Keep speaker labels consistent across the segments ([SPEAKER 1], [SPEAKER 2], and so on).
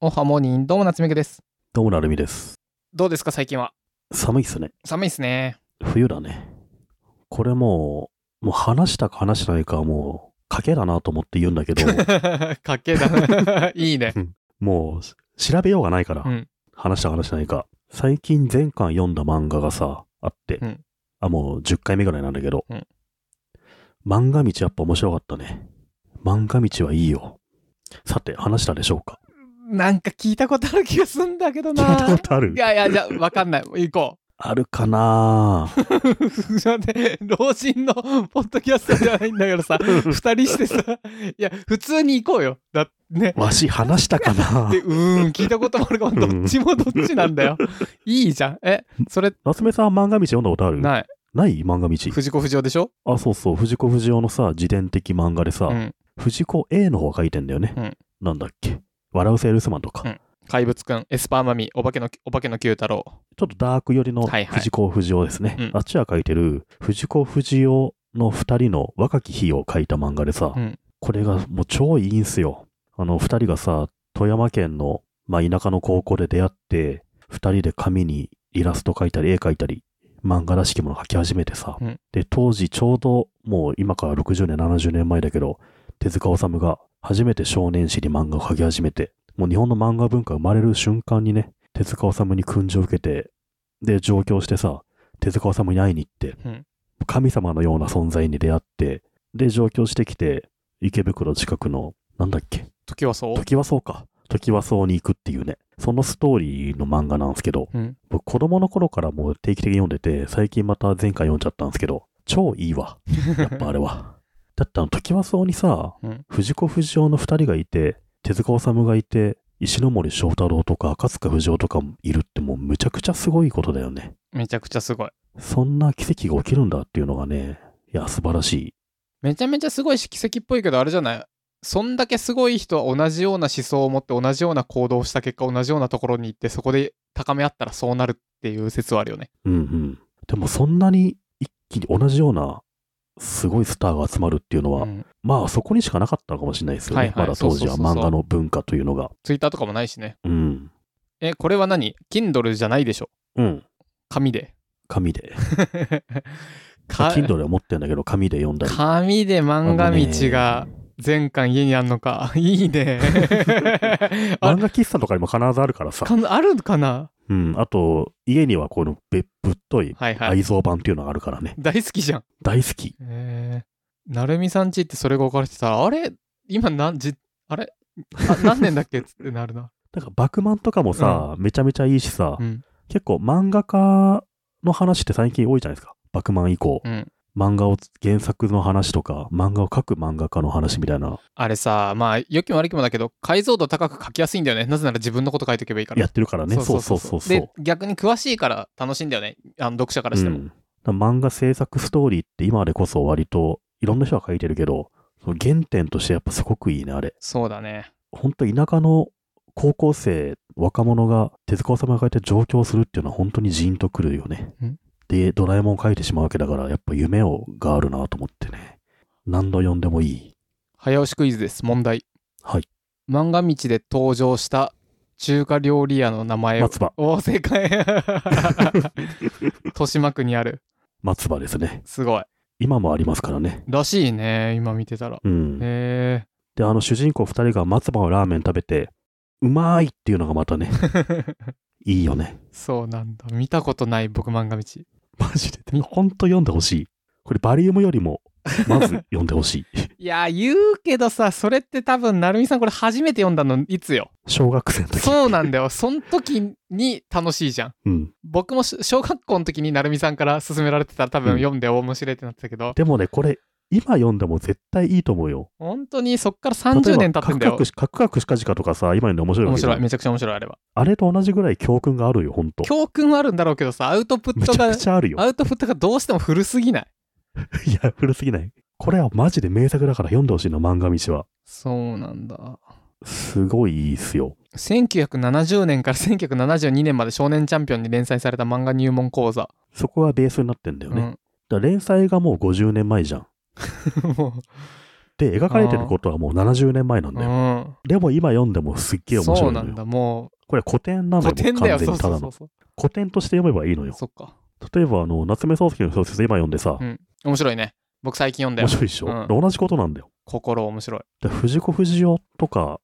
[SPEAKER 1] おはモーニンどうも夏目くです。
[SPEAKER 2] どうもなるみです。
[SPEAKER 1] どうですか最近は。
[SPEAKER 2] 寒いっすね。
[SPEAKER 1] 寒いですね。
[SPEAKER 2] 冬だね。これもう、もう話したか話してないかはもう、賭けだなと思って言うんだ けど、
[SPEAKER 1] かっけえだ。 いいね。
[SPEAKER 2] もう、調べようがないから、
[SPEAKER 1] うん
[SPEAKER 2] 話したか話してないか。最近前巻読んだ漫画がさ、あって、
[SPEAKER 1] うん
[SPEAKER 2] あ、もう10回目ぐらいなんだけど、
[SPEAKER 1] うん
[SPEAKER 2] 漫画道やっぱ面白かったね。漫画道はいいよ。さて、話したでしょう か
[SPEAKER 1] なんか聞いたことある気がすんだけど
[SPEAKER 2] 聞いた
[SPEAKER 1] な
[SPEAKER 2] こ。とある
[SPEAKER 1] いやいや、じゃあわかんない。行こ
[SPEAKER 2] あるかな
[SPEAKER 1] う。 ちょっと待って老人のポッドキャストじゃないんだ からさ、二人してさ、いや、普通に行こうよ。だね。
[SPEAKER 2] わし話したかな
[SPEAKER 1] でうーん、聞いたこともあるかも、
[SPEAKER 2] うん
[SPEAKER 1] どっちもどっちなんだよ。いいじゃん。え、それ、
[SPEAKER 2] 夏目さん漫画道読んだことある
[SPEAKER 1] ない。
[SPEAKER 2] ない漫画道。
[SPEAKER 1] 藤子不二雄でしょ
[SPEAKER 2] あ、そうそう、藤子不二雄のさ、自伝的漫画でさ、
[SPEAKER 1] うん。
[SPEAKER 2] 藤子 A の方が書いてんだよね。
[SPEAKER 1] うん
[SPEAKER 2] なんだっけ。笑うセールスマンとか、
[SPEAKER 1] うん怪物くん、エスパーマミ、お化けの、お化けの九太郎。
[SPEAKER 2] ちょっとダーク寄りの
[SPEAKER 1] はいはい
[SPEAKER 2] 藤子不二雄ですね。
[SPEAKER 1] うん
[SPEAKER 2] あっちは書いてる藤子不二雄の二人の若き日を書いた漫画でさ、
[SPEAKER 1] うん
[SPEAKER 2] これがもう超いいんすよ。あの、二人がさ、富山県の、まあ、田舎の高校で出会って、二人で紙にイラスト描いたり、絵描いたり、漫画らしきもの描き始めてさ、
[SPEAKER 1] うん
[SPEAKER 2] で、当時ちょうどもう今から60年、70年前だけど、手塚治虫が初めて少年誌に漫画を描き始めて、もう日本の漫画文化が生まれる瞬間にね、手塚治虫に訓示を受けて、で、上京してさ、手塚治虫に会いに行って、
[SPEAKER 1] うん
[SPEAKER 2] 神様のような存在に出会って、で、上京してきて、池袋近くの、なんだっけ、
[SPEAKER 1] 時はそう。
[SPEAKER 2] 時はそうか。時はそうに行くっていうね、そのストーリーの漫画なんですけど、
[SPEAKER 1] うん
[SPEAKER 2] 僕子供の頃からもう定期的に読んでて、最近また前回読んじゃったんですけど、超いいわ。やっぱあれは。だってあの時はそうにさ、
[SPEAKER 1] うん
[SPEAKER 2] 藤子不二雄の2人がいて、手塚治虫がいて、石ノ森章太郎とか赤塚不二夫とかもいるってもうむちゃくちゃすごいことだよね。
[SPEAKER 1] めちゃくちゃすごい。
[SPEAKER 2] そんな奇跡が起きるんだっていうのがね、いや、素晴らしい。
[SPEAKER 1] めちゃめちゃすごいし奇跡っぽいけどあれじゃないそんだけすごい人は同じような思想を持って同じような行動をした結果同じようなところに行ってそこで高め合ったらそうなるっていう説はあるよね。
[SPEAKER 2] うんうん。でもそんなに一気に同じようなすごいスターが集まるっていうのは、
[SPEAKER 1] うん
[SPEAKER 2] まあそこにしかなかったのかもしれないですよね。
[SPEAKER 1] はいはい
[SPEAKER 2] まだ当時は
[SPEAKER 1] そうそうそうそう
[SPEAKER 2] 漫画の文化というのが。
[SPEAKER 1] ツイッターとかもないしね。
[SPEAKER 2] うん。
[SPEAKER 1] え、これは何 ?Kindle じゃないでしょ
[SPEAKER 2] うん。
[SPEAKER 1] 紙 で。
[SPEAKER 2] 紙で。
[SPEAKER 1] か
[SPEAKER 2] Kindle は持ってんだけど、紙で読んだり。
[SPEAKER 1] 紙で漫画
[SPEAKER 2] あのね
[SPEAKER 1] 道が全巻家にあんの か。いいね。あ
[SPEAKER 2] 漫画喫茶とかにも必ずあるからさ
[SPEAKER 1] か。 んあるのかな
[SPEAKER 2] うん。あと、家にはこのべぶっとい
[SPEAKER 1] はいはい。
[SPEAKER 2] 愛蔵版っていうのがあるからね。
[SPEAKER 1] 大好きじゃん。
[SPEAKER 2] 大好き。
[SPEAKER 1] えー、なるみさんちってそれが置かれてたら、あれ今何時、あれあ何年だっけっつってなる な。
[SPEAKER 2] なんか、バクマンとかもさ、めちゃめちゃいいしさ、
[SPEAKER 1] うん。
[SPEAKER 2] 結構漫画家の話って最近多いじゃないですか。バクマン以降。
[SPEAKER 1] うん。
[SPEAKER 2] 漫画を原作の話とか、漫画を書く漫画家の話みたいな、
[SPEAKER 1] あれさ、まあ、良きも悪きもだけど、解像度高く書きやすいんだよね。なぜなら自分のこと書いとけばいいから。
[SPEAKER 2] やってるからね。そうそうそうそう
[SPEAKER 1] で。、逆に詳しいから楽しいんだよね。あの読者から
[SPEAKER 2] う
[SPEAKER 1] しても。
[SPEAKER 2] ん、だから漫画制作ストーリーって今までこそ割といろんな人が書いてるけど、その原点としてやっぱすごくいいね、あれ。
[SPEAKER 1] そうだね。
[SPEAKER 2] 本当田舎の高校生、若者が手塚治虫が書いて上京するっていうのは本当にジーンとくるよね
[SPEAKER 1] うん。
[SPEAKER 2] で、ドラえもんを書いてしまうわけだから、やっぱ夢をがあるなと思ってね。何度読んでもいい。
[SPEAKER 1] 早押しクイズです。問題。
[SPEAKER 2] はい。
[SPEAKER 1] 漫画道で登場した中華料理屋の名前を。
[SPEAKER 2] 松葉。
[SPEAKER 1] おー正解 豊島区にある。
[SPEAKER 2] 松葉ですね。
[SPEAKER 1] すごい。
[SPEAKER 2] 今もありますからね。
[SPEAKER 1] らしいね。今見てたら。
[SPEAKER 2] うん。
[SPEAKER 1] へ
[SPEAKER 2] で、あの主人公二人が松葉のラーメン食べて、うまーいっていうのがまた ね、
[SPEAKER 1] え
[SPEAKER 2] いいよね。
[SPEAKER 1] そうなんだ見たことない僕漫画道
[SPEAKER 2] マジで。ほんと読んでほしい。これ、バリウムよりも、まず読んでほしい。
[SPEAKER 1] いや言うけどさそれって多分成美さんこれ初めて読んだのいつよ
[SPEAKER 2] 小学生の時。
[SPEAKER 1] そうなんだよそん時に楽しいじゃん
[SPEAKER 2] うん。
[SPEAKER 1] 僕もし小学校の時に成美さんから勧められてたら多分読んで面白いってなってたけど、
[SPEAKER 2] でもね、これ、今読んでも絶対いいと思うよ。
[SPEAKER 1] 本当にそっから
[SPEAKER 2] 例
[SPEAKER 1] 30
[SPEAKER 2] え
[SPEAKER 1] 年
[SPEAKER 2] ば
[SPEAKER 1] 経ってんだ
[SPEAKER 2] カ
[SPEAKER 1] よ
[SPEAKER 2] クカクしカクカクしかじかとかさ、今読んで面白いわ
[SPEAKER 1] 面
[SPEAKER 2] けじゃん
[SPEAKER 1] 白いめちゃくちゃ面白いあれは
[SPEAKER 2] あれと同じぐらい教訓があるよ、ほんと。
[SPEAKER 1] 教訓はあるんだろうけどさアウトプッ
[SPEAKER 2] め
[SPEAKER 1] ト
[SPEAKER 2] ちゃ
[SPEAKER 1] が
[SPEAKER 2] くちゃあるよ。
[SPEAKER 1] アウトプットがどうしても古すぎない
[SPEAKER 2] いや、古すぎない。これはマジで名作だから読んでほしいの、漫画道は。
[SPEAKER 1] そうなんだ
[SPEAKER 2] すごいいいっすよ。
[SPEAKER 1] 1970年から1972年まで少年チャンピオンに連載された漫画入門講座、
[SPEAKER 2] そこがベースになってんだよね。だから連載がもう50年前じゃん。
[SPEAKER 1] うん、もう
[SPEAKER 2] で、描かれてることはもう70年前なんだよ。
[SPEAKER 1] ん。
[SPEAKER 2] でも今読んでもすっげえ面
[SPEAKER 1] そ
[SPEAKER 2] 白
[SPEAKER 1] う
[SPEAKER 2] いの
[SPEAKER 1] な
[SPEAKER 2] よ
[SPEAKER 1] ん。だ、も
[SPEAKER 2] これ古典な
[SPEAKER 1] う。
[SPEAKER 2] のよ
[SPEAKER 1] 古、典だよ、
[SPEAKER 2] 完全
[SPEAKER 1] そう
[SPEAKER 2] にた
[SPEAKER 1] そう
[SPEAKER 2] だ
[SPEAKER 1] そ
[SPEAKER 2] の
[SPEAKER 1] う。そう
[SPEAKER 2] 古典として読めばいいのよ。
[SPEAKER 1] そっか。
[SPEAKER 2] 例えば、あの、夏目漱石の小説今読んでさ
[SPEAKER 1] う、ん。面白いね。僕最近読んだ
[SPEAKER 2] 面
[SPEAKER 1] よ。
[SPEAKER 2] 白いでしょ、
[SPEAKER 1] うん
[SPEAKER 2] で同じことなんだよ。
[SPEAKER 1] 心面白い。
[SPEAKER 2] で藤子不二雄とか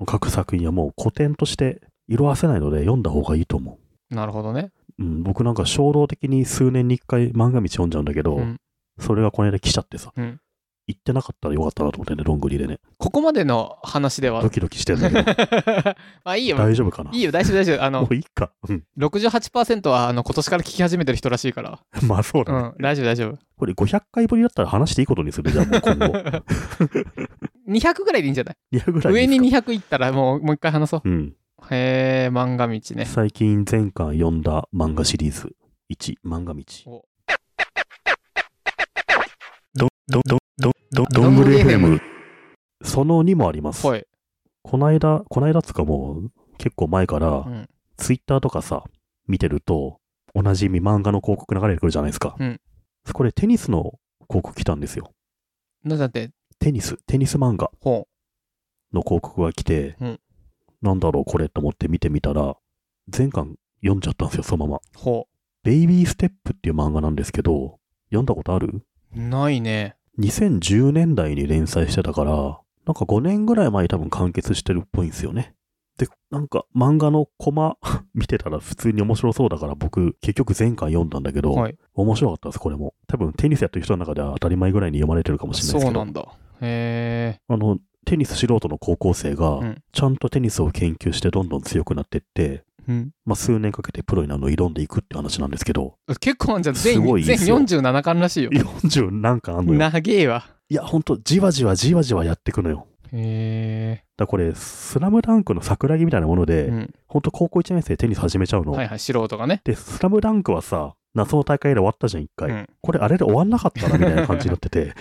[SPEAKER 2] の各作品はもう古典として色あせないので読んだ方がいいと思
[SPEAKER 1] なるほどね。
[SPEAKER 2] う。うん、僕なんか衝動的に数年に一回漫画道読んじゃうんだけど、
[SPEAKER 1] うん。
[SPEAKER 2] それがこの間来ちゃってさ、
[SPEAKER 1] うん
[SPEAKER 2] 行ってなかったらよかったなと思ってね、どんぐりでね。
[SPEAKER 1] ここまでの話では
[SPEAKER 2] ド。キドキしてんだけ
[SPEAKER 1] あ、いい
[SPEAKER 2] ど、
[SPEAKER 1] よ。
[SPEAKER 2] 大丈夫かない
[SPEAKER 1] いよ、大丈夫、大丈夫。あ
[SPEAKER 2] も
[SPEAKER 1] の、
[SPEAKER 2] ういいか。うん。
[SPEAKER 1] 68%は、あの、今年から聞き始めてる人らしいから。
[SPEAKER 2] まあそうだ
[SPEAKER 1] う
[SPEAKER 2] ね。
[SPEAKER 1] ん、大丈夫、大丈夫。
[SPEAKER 2] これ500回ぶりだったら話していいことにするじゃん、もう今 後。
[SPEAKER 1] 200ぐらいでいいんじゃない
[SPEAKER 2] 200ぐらいでい
[SPEAKER 1] 上
[SPEAKER 2] いですか
[SPEAKER 1] に200いったらもうもう一回話そう。
[SPEAKER 2] うん。
[SPEAKER 1] へえ、漫画道ね。
[SPEAKER 2] 最近前回読んだ漫画シリーズ1、漫画道。
[SPEAKER 1] お
[SPEAKER 2] ど、ど、ど、ど、ど、
[SPEAKER 1] どんぐり FM。
[SPEAKER 2] その2もあります。
[SPEAKER 1] ほい。
[SPEAKER 2] こないだ、こないだっつうかもう結構前から、
[SPEAKER 1] うん。
[SPEAKER 2] ツイッターとかさ、見てると、おなじみ漫画の広告流れてくるじゃないですか。
[SPEAKER 1] うん
[SPEAKER 2] そこでテニスの広告来たんですよ。
[SPEAKER 1] なんだって、
[SPEAKER 2] テニス、テニス漫画
[SPEAKER 1] ほ
[SPEAKER 2] の広告が来て、
[SPEAKER 1] うん
[SPEAKER 2] なんだろうこれと思って見てみたら、前巻読んじゃったんですよ、そのまま。
[SPEAKER 1] う。ほ
[SPEAKER 2] ベイビーステップっていう漫画なんですけど、読んだことある
[SPEAKER 1] う。ないね。
[SPEAKER 2] 2010年代に連載してたから、なんか5年ぐらい前に多分完結してるっぽいんですよね。で、なんか漫画のコマ 見てたら普通に面白そうだから僕結局前回読んだんだけど、
[SPEAKER 1] はい。
[SPEAKER 2] 面白かったです、これも。多分テニスやってる人の中では当たり前ぐらいに読まれてるかもしれないです
[SPEAKER 1] そう
[SPEAKER 2] け
[SPEAKER 1] な
[SPEAKER 2] ど
[SPEAKER 1] ん、だ。へえ。
[SPEAKER 2] あの、テニス素人の高校生
[SPEAKER 1] う
[SPEAKER 2] が
[SPEAKER 1] ん
[SPEAKER 2] ちゃんとテニスを研究してどんどん強くなってって、
[SPEAKER 1] うん。
[SPEAKER 2] まあ、数年かけてプロになるのを挑んでいくって話なんですけど、
[SPEAKER 1] 結構あんじゃん。全
[SPEAKER 2] すごい
[SPEAKER 1] 全
[SPEAKER 2] ですよ
[SPEAKER 1] 47巻らしいよ。
[SPEAKER 2] 40何巻あんのよ。
[SPEAKER 1] 長えわ。
[SPEAKER 2] いや、ほんと、じわじわじわじわやってくのよ。
[SPEAKER 1] へ
[SPEAKER 2] だからこれ、スラムダンクの桜木みたいなもの
[SPEAKER 1] え。
[SPEAKER 2] で、
[SPEAKER 1] うん。
[SPEAKER 2] ほんと高校1年生でテニス始めちゃうの。
[SPEAKER 1] はいはい。素人がね。
[SPEAKER 2] で、スラムダンクはさ、夏の大会で終わったじゃん、一回。
[SPEAKER 1] うん
[SPEAKER 2] これ、あれで終わんなかったな、みたいな感じになっ てて。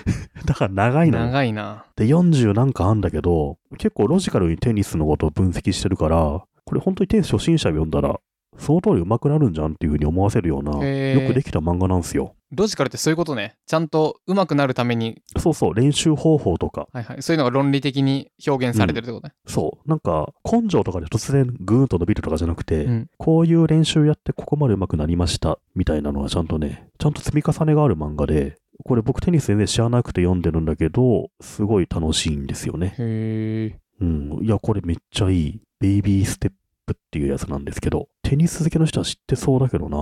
[SPEAKER 2] だから長いな。
[SPEAKER 1] 長いな。
[SPEAKER 2] で、40なんかあんだけど、結構ロジカルにテニスのことを分析してるから、これ本当にテニス初心者読んだら、その通り上手くなるんじゃんっていうふうに思わせるような、
[SPEAKER 1] へー
[SPEAKER 2] よくできた漫画なんですよ。
[SPEAKER 1] ロジカルってそういうことね。ちゃんと上手くなるために、
[SPEAKER 2] そうそう、練習方法とか、
[SPEAKER 1] はいはい。そういうのが論理的に表現されてるってことね。
[SPEAKER 2] そう、なんか、根性とかで突然グーンと伸びるとかじゃなくて、
[SPEAKER 1] うん
[SPEAKER 2] こういう練習やってここまで上手くなりましたみたいなのはちゃんとね、ちゃんと積み重ねがある漫画で、これ僕テニス全然知らなくて読んでるんだけど、すごい楽しいんですよね。
[SPEAKER 1] へえ。
[SPEAKER 2] うん。いや、これめっちゃいい。ベイビーステップっていうやつなんですけど、テニス好きの人は知ってそうだけどな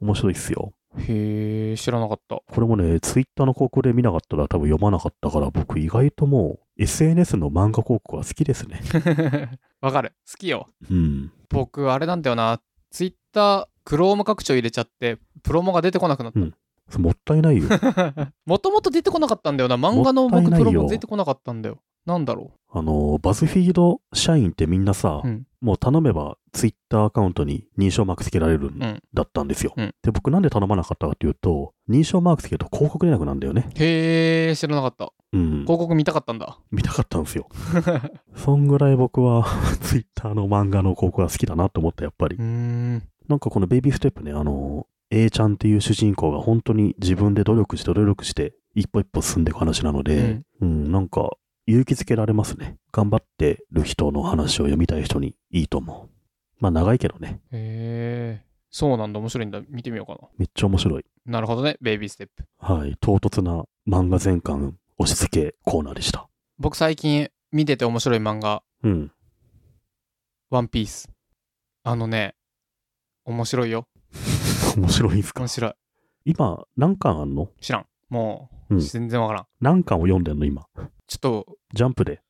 [SPEAKER 2] 面白いっすよ。
[SPEAKER 1] へえ、知らなかった。
[SPEAKER 2] これもね、ツイッターの広告で見なかったら多分読まなかったから、僕意外ともう SNS の漫画広告は好きですね。
[SPEAKER 1] わかる。好きよ。
[SPEAKER 2] うん。
[SPEAKER 1] 僕、あれなんだよな。ツイッター、クローム拡張入れちゃって、プロモが出てこなくなっ
[SPEAKER 2] もったいない よ。
[SPEAKER 1] た。もともと出てこなかったんだよな。漫画の
[SPEAKER 2] もっ
[SPEAKER 1] 僕
[SPEAKER 2] たいない
[SPEAKER 1] プ
[SPEAKER 2] よ
[SPEAKER 1] ロモ出てこなかったんだよ。なんだろ
[SPEAKER 2] あの、バズフィード社員ってみんなさ、
[SPEAKER 1] う。うん。
[SPEAKER 2] もう頼めばツイッターアカウントに認証マークつけられるん
[SPEAKER 1] うん
[SPEAKER 2] だったんですよ。
[SPEAKER 1] うん
[SPEAKER 2] で、僕なんで頼まなかったかというと、認証マークつけると広告出なくなるんだよね。
[SPEAKER 1] へえ、知らなかった。
[SPEAKER 2] うん。
[SPEAKER 1] 広告見たかったんだ。
[SPEAKER 2] 見たかったん ですよ。そんぐらい僕は ツイッターの漫画の広告が好きだなと思った、やっぱり
[SPEAKER 1] うー。ん。
[SPEAKER 2] なんかこのベイビーステップね、あの、A ちゃんっていう主人公が本当に自分で努力して努力して一歩一歩進んでいく話なので、うん、なんか勇気づけられますね。頑張ってる人の話を読みたい人にいいと思う。まあ長いけどね、
[SPEAKER 1] へえ、そうなんだ。面白いんだ。見てみようか
[SPEAKER 2] めっちゃ面白い。
[SPEAKER 1] な。なるほどね。ベイビーステップ。
[SPEAKER 2] はい、唐突な漫画全巻押し付けコーナーでした。
[SPEAKER 1] 僕、最近見てて面白い漫画、
[SPEAKER 2] うん。
[SPEAKER 1] ワンピース。あのね、面白いよ。
[SPEAKER 2] 面白いんすか
[SPEAKER 1] 面白い。
[SPEAKER 2] 今、何巻あんの
[SPEAKER 1] 知らん。も
[SPEAKER 2] う
[SPEAKER 1] う、
[SPEAKER 2] ん
[SPEAKER 1] 全然わからん。
[SPEAKER 2] 何巻を読んでんの今。
[SPEAKER 1] ちょっと、
[SPEAKER 2] ジャンプで。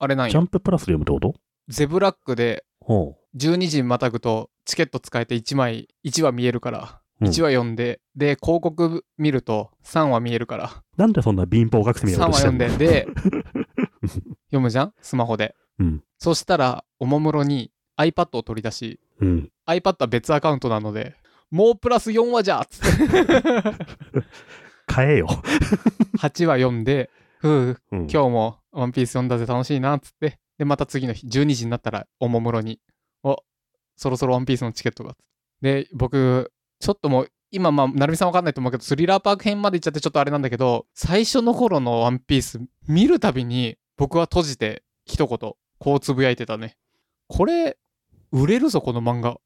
[SPEAKER 1] あれなん
[SPEAKER 2] ジャ
[SPEAKER 1] よ。
[SPEAKER 2] ンププラスで読むってこと
[SPEAKER 1] ゼブラックで
[SPEAKER 2] ほ
[SPEAKER 1] 12時にまたぐとチケット使えて1枚、1話見えるから、
[SPEAKER 2] うん
[SPEAKER 1] 1話読んで、で、広告見ると3話見えるから、
[SPEAKER 2] う。なんでそんな貧乏学生みた
[SPEAKER 1] 3
[SPEAKER 2] いなこ
[SPEAKER 1] 話
[SPEAKER 2] とし
[SPEAKER 1] 読
[SPEAKER 2] てん
[SPEAKER 1] ん
[SPEAKER 2] の
[SPEAKER 1] で、 で、読むじゃんスマホで。
[SPEAKER 2] うん
[SPEAKER 1] そしたら、おもむろに iPad を取り出し、
[SPEAKER 2] うん。
[SPEAKER 1] iPad は別アカウントなので、もうプラス4話じゃっつって
[SPEAKER 2] 買えよ。
[SPEAKER 1] 8話読んで、ふう、
[SPEAKER 2] うん
[SPEAKER 1] 今日もワンピース読んだぜ楽しいなっつってでまた次の日12時になったらおもむろに「おそろそろワンピースのチケットが」で僕ちょっともう今まあ成美さんわかんないと思うけどスリラーパーク編まで行っちゃってちょっとあれなんだけど最初の頃の「ワンピース見るたびに僕は閉じて一言こうつぶやいてたねこれ売れるぞこの漫画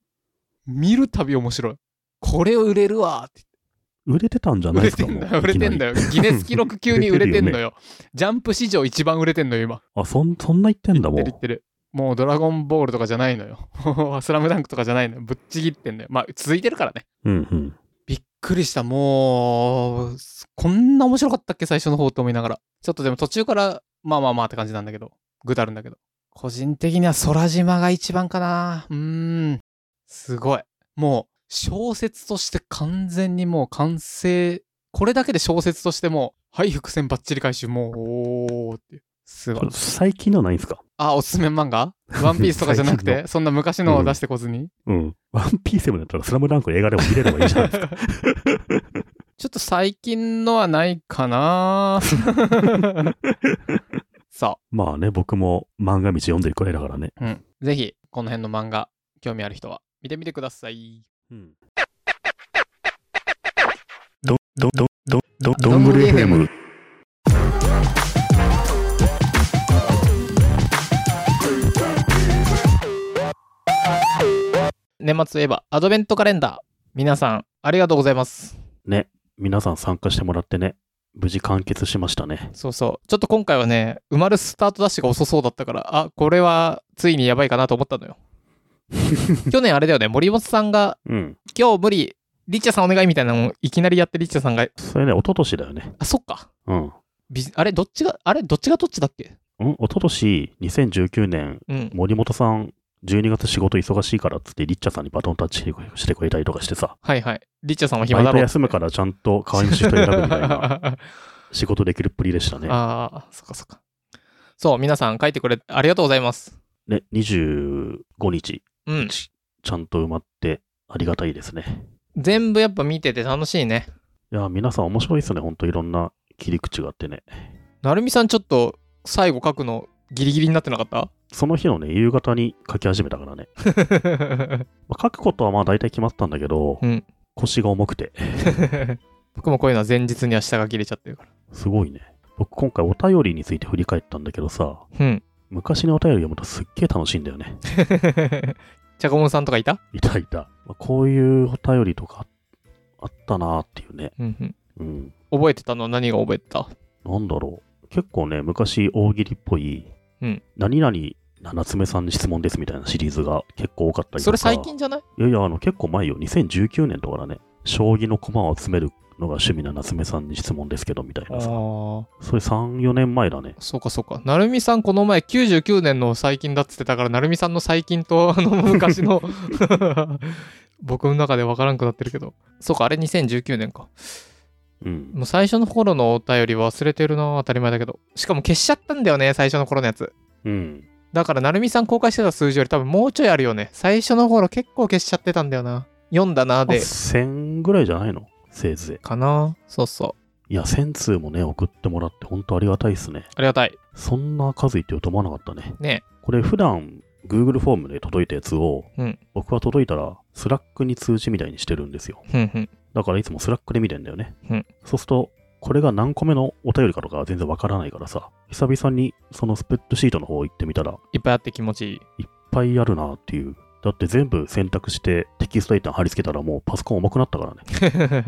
[SPEAKER 1] 見るたび面白いこれ売れるわって
[SPEAKER 2] 売れてたんじゃない
[SPEAKER 1] 売れ
[SPEAKER 2] ですか
[SPEAKER 1] て
[SPEAKER 2] も
[SPEAKER 1] ん
[SPEAKER 2] う
[SPEAKER 1] だよ売れてんだ
[SPEAKER 2] よ。
[SPEAKER 1] よギネス記録級に売れてんのよ ジャンプ史上一番売れてんのよ今
[SPEAKER 2] あ、そんそんな言ってんだも
[SPEAKER 1] 言
[SPEAKER 2] ん
[SPEAKER 1] ってる言。ってるもうドラゴンボールとかじゃないのよ もうスラムダンクとかじゃないのよぶっちぎってんのよまあ続いてるからね
[SPEAKER 2] うんうん。
[SPEAKER 1] びっくりした。もう、こんな面白かったっけ最初の方と思いながら。ちょっとでも途中から、まあまあまあって感じなんだけど、ぐだるんだけど。個人的には空島が一番かな。うーん。すごい。もう、小説として完全にもう完成。これだけで小説としてもう、はい、伏線バッチリ回収、もう、おーっていう。すごい。
[SPEAKER 2] 最近のないんすか
[SPEAKER 1] あ、おすすめ漫画ワンピースとかじゃなく
[SPEAKER 2] 最近
[SPEAKER 1] て、そんな昔のを出してこずに、
[SPEAKER 2] うん。 ワンピースでもだったら、スラムダンクの映画でも見れればいいじゃないですか。
[SPEAKER 1] ちょっと最近のはないか なそ
[SPEAKER 2] まあね、僕も漫画道読んでるくらいだからね。
[SPEAKER 1] う。うん。ぜひ、この辺の漫画、興味ある人は見てみてください。
[SPEAKER 2] うん。ど、ど、ど、ど、ど、どんぐり FM。
[SPEAKER 1] 年末といえば、アドベントカレンダー。皆さん、ありがとうございます。
[SPEAKER 2] ね、皆さん参加してもらってね、無事完結しましたね。
[SPEAKER 1] そうそう。ちょっと今回はね、埋まるスタートダッシュが遅そうだったから、あ、これはついにやばいかなと思ったの よ。去年あれだよね、森本さんが、
[SPEAKER 2] うん。
[SPEAKER 1] 今日無理、リッチャさんお願いみたいなのをいきなりやってリッチャさんが、
[SPEAKER 2] それね、一昨年だよね。
[SPEAKER 1] あ、そっか。
[SPEAKER 2] うん。
[SPEAKER 1] ビジあれ、どっちが、あれ、どっちがどっちだっけ
[SPEAKER 2] うん、一昨年2019年、
[SPEAKER 1] うん。
[SPEAKER 2] 森本さん、12月仕事忙しいからっつって、リッチャさんにバトンタッチしてくれしてくれたりとかしてさ、
[SPEAKER 1] はいはい。リッチャさんは暇
[SPEAKER 2] バ
[SPEAKER 1] だ
[SPEAKER 2] イト
[SPEAKER 1] ろう。
[SPEAKER 2] 休むからちゃんと会員主人選ぶみたいな
[SPEAKER 1] あ
[SPEAKER 2] 仕事できるっぷりでしたね。
[SPEAKER 1] あー、そっかそっか。そう、皆さん書いてくれてありがとうございます。
[SPEAKER 2] ね、25日、
[SPEAKER 1] うん。
[SPEAKER 2] ちちゃんと埋まってありがたいですね。
[SPEAKER 1] 全部やっぱ見てて楽しいね。
[SPEAKER 2] いや、皆さん面白いですね。ほんといろんな切り口があってね。
[SPEAKER 1] なるみさんちょっと最後書くのギリギリになってなかった
[SPEAKER 2] その日のね、夕方に書き始めたからね。まあ書くことはまあ大体決まったんだけど、
[SPEAKER 1] うん
[SPEAKER 2] 腰が重くて、
[SPEAKER 1] 僕もこういうのは前日には下が切れちゃってるから。
[SPEAKER 2] すごいね。僕今回お便りについて振り返ったんだけどさ、
[SPEAKER 1] うん。
[SPEAKER 2] 昔のお便り読むとすっげえ楽しいんだよね。
[SPEAKER 1] チャコモンさんとかいた
[SPEAKER 2] いたいた。まあこういうお便りとかあったなーっていうね。
[SPEAKER 1] うんうん。
[SPEAKER 2] うん。
[SPEAKER 1] 覚えてたのは何が覚えてた
[SPEAKER 2] なんだろう。結構ね、昔大喜利っぽい、
[SPEAKER 1] うん
[SPEAKER 2] 何々、七つ目さんに質問ですみたいなシリーズが結構多かったりとか。
[SPEAKER 1] それ最近じゃない
[SPEAKER 2] いやいや、あの結構前よ。2019年とかだね。将棋の駒を集めるのが趣味な夏目さんに質問ですけどみたい
[SPEAKER 1] あ
[SPEAKER 2] なさ。
[SPEAKER 1] ー
[SPEAKER 2] それ3、4年前だね。
[SPEAKER 1] そうかそうか。なるみさん、この前99年の最近だっつってたから、なるみさんの最近と、あの、昔の、 僕の中で分からんくなってるけど。そうか、あれ2019年か。
[SPEAKER 2] うん。
[SPEAKER 1] もう最初の頃のお便り忘れてるな、当たり前だけど。しかも消しちゃったんだよね、最初の頃のやつ。
[SPEAKER 2] うん。
[SPEAKER 1] だから、なるみさん公開してた数字より多分もうちょいあるよね。最初の頃結構消しちゃってたんだよな。読んだな、
[SPEAKER 2] まあ
[SPEAKER 1] で。
[SPEAKER 2] 1000ぐらいじゃないのせいぜ
[SPEAKER 1] かなそうそう。
[SPEAKER 2] い。いや、1000通もね、送ってもらって本当ありがたいっすね。
[SPEAKER 1] ありがたい。
[SPEAKER 2] そんな数いってると思わなかったね。
[SPEAKER 1] ね
[SPEAKER 2] これ普段 Google フォームで届いたやつを、
[SPEAKER 1] うん
[SPEAKER 2] 僕は届いたら Slack に通知みたいにしてるんですよ。
[SPEAKER 1] ふんふん。
[SPEAKER 2] だからいつも Slack で見てんだよね。
[SPEAKER 1] うん
[SPEAKER 2] そうすると、これが何個目のお便りかとかは全然わからないからさ、久々にそのスプレッドシートの方行ってみたら、いっ
[SPEAKER 1] いっぱいあって気持ちい い。
[SPEAKER 2] ぱいあるなっていう。だって全部選択してテキストエイター貼り付けたらもうパソコン重くなったからね。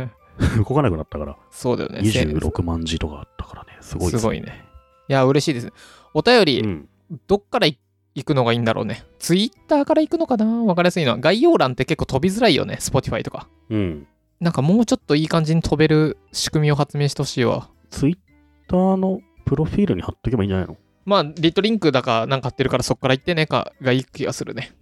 [SPEAKER 2] 動かなくなったから、
[SPEAKER 1] そうだよね。
[SPEAKER 2] 26万字とかあったからね。すごいっ
[SPEAKER 1] すごいね。いや、嬉しいです。お便り、
[SPEAKER 2] うん。
[SPEAKER 1] どっからい行くのがいいんだろうね。ツイッターから行くのかなわかりやすいのは。概要欄って結構飛びづらいよね。Spotify とか。
[SPEAKER 2] うん。
[SPEAKER 1] なんかもうちょっといい感じに飛べる仕組みを発明してほしいわ。
[SPEAKER 2] Twitter のプロフィールに貼っとけばいいんじゃないの
[SPEAKER 1] まあ、リットリンクだかなんか買ってるからそっから行ってねかがいい気がするね。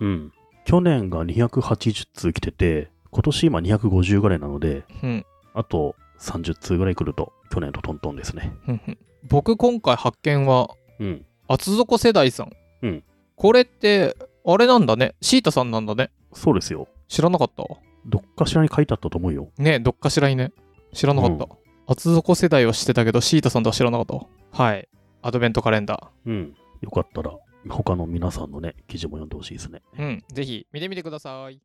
[SPEAKER 2] うん。去年が280通来てて、今年今250ぐらいなので、
[SPEAKER 1] うん。
[SPEAKER 2] あと30通ぐらい来ると、去年とトントンですね。
[SPEAKER 1] ふんふん僕今回発見は、
[SPEAKER 2] うん。
[SPEAKER 1] 厚底世代さん。
[SPEAKER 2] うん
[SPEAKER 1] これって、あれなんだね。シータさんなんだね。
[SPEAKER 2] そうですよ。
[SPEAKER 1] 知らなかったわ。
[SPEAKER 2] どっかしらに書いてあったと思うよ。
[SPEAKER 1] ねどっかしらにね。知らなかった。
[SPEAKER 2] うん
[SPEAKER 1] 厚底世代は知ってたけど、シータさんとは知らなかったわ。はい。アドベントカレンダー。
[SPEAKER 2] うん。よかったら、他の皆さんのね、記事も読んでほしいですね。
[SPEAKER 1] うん、ぜひ見てみてください。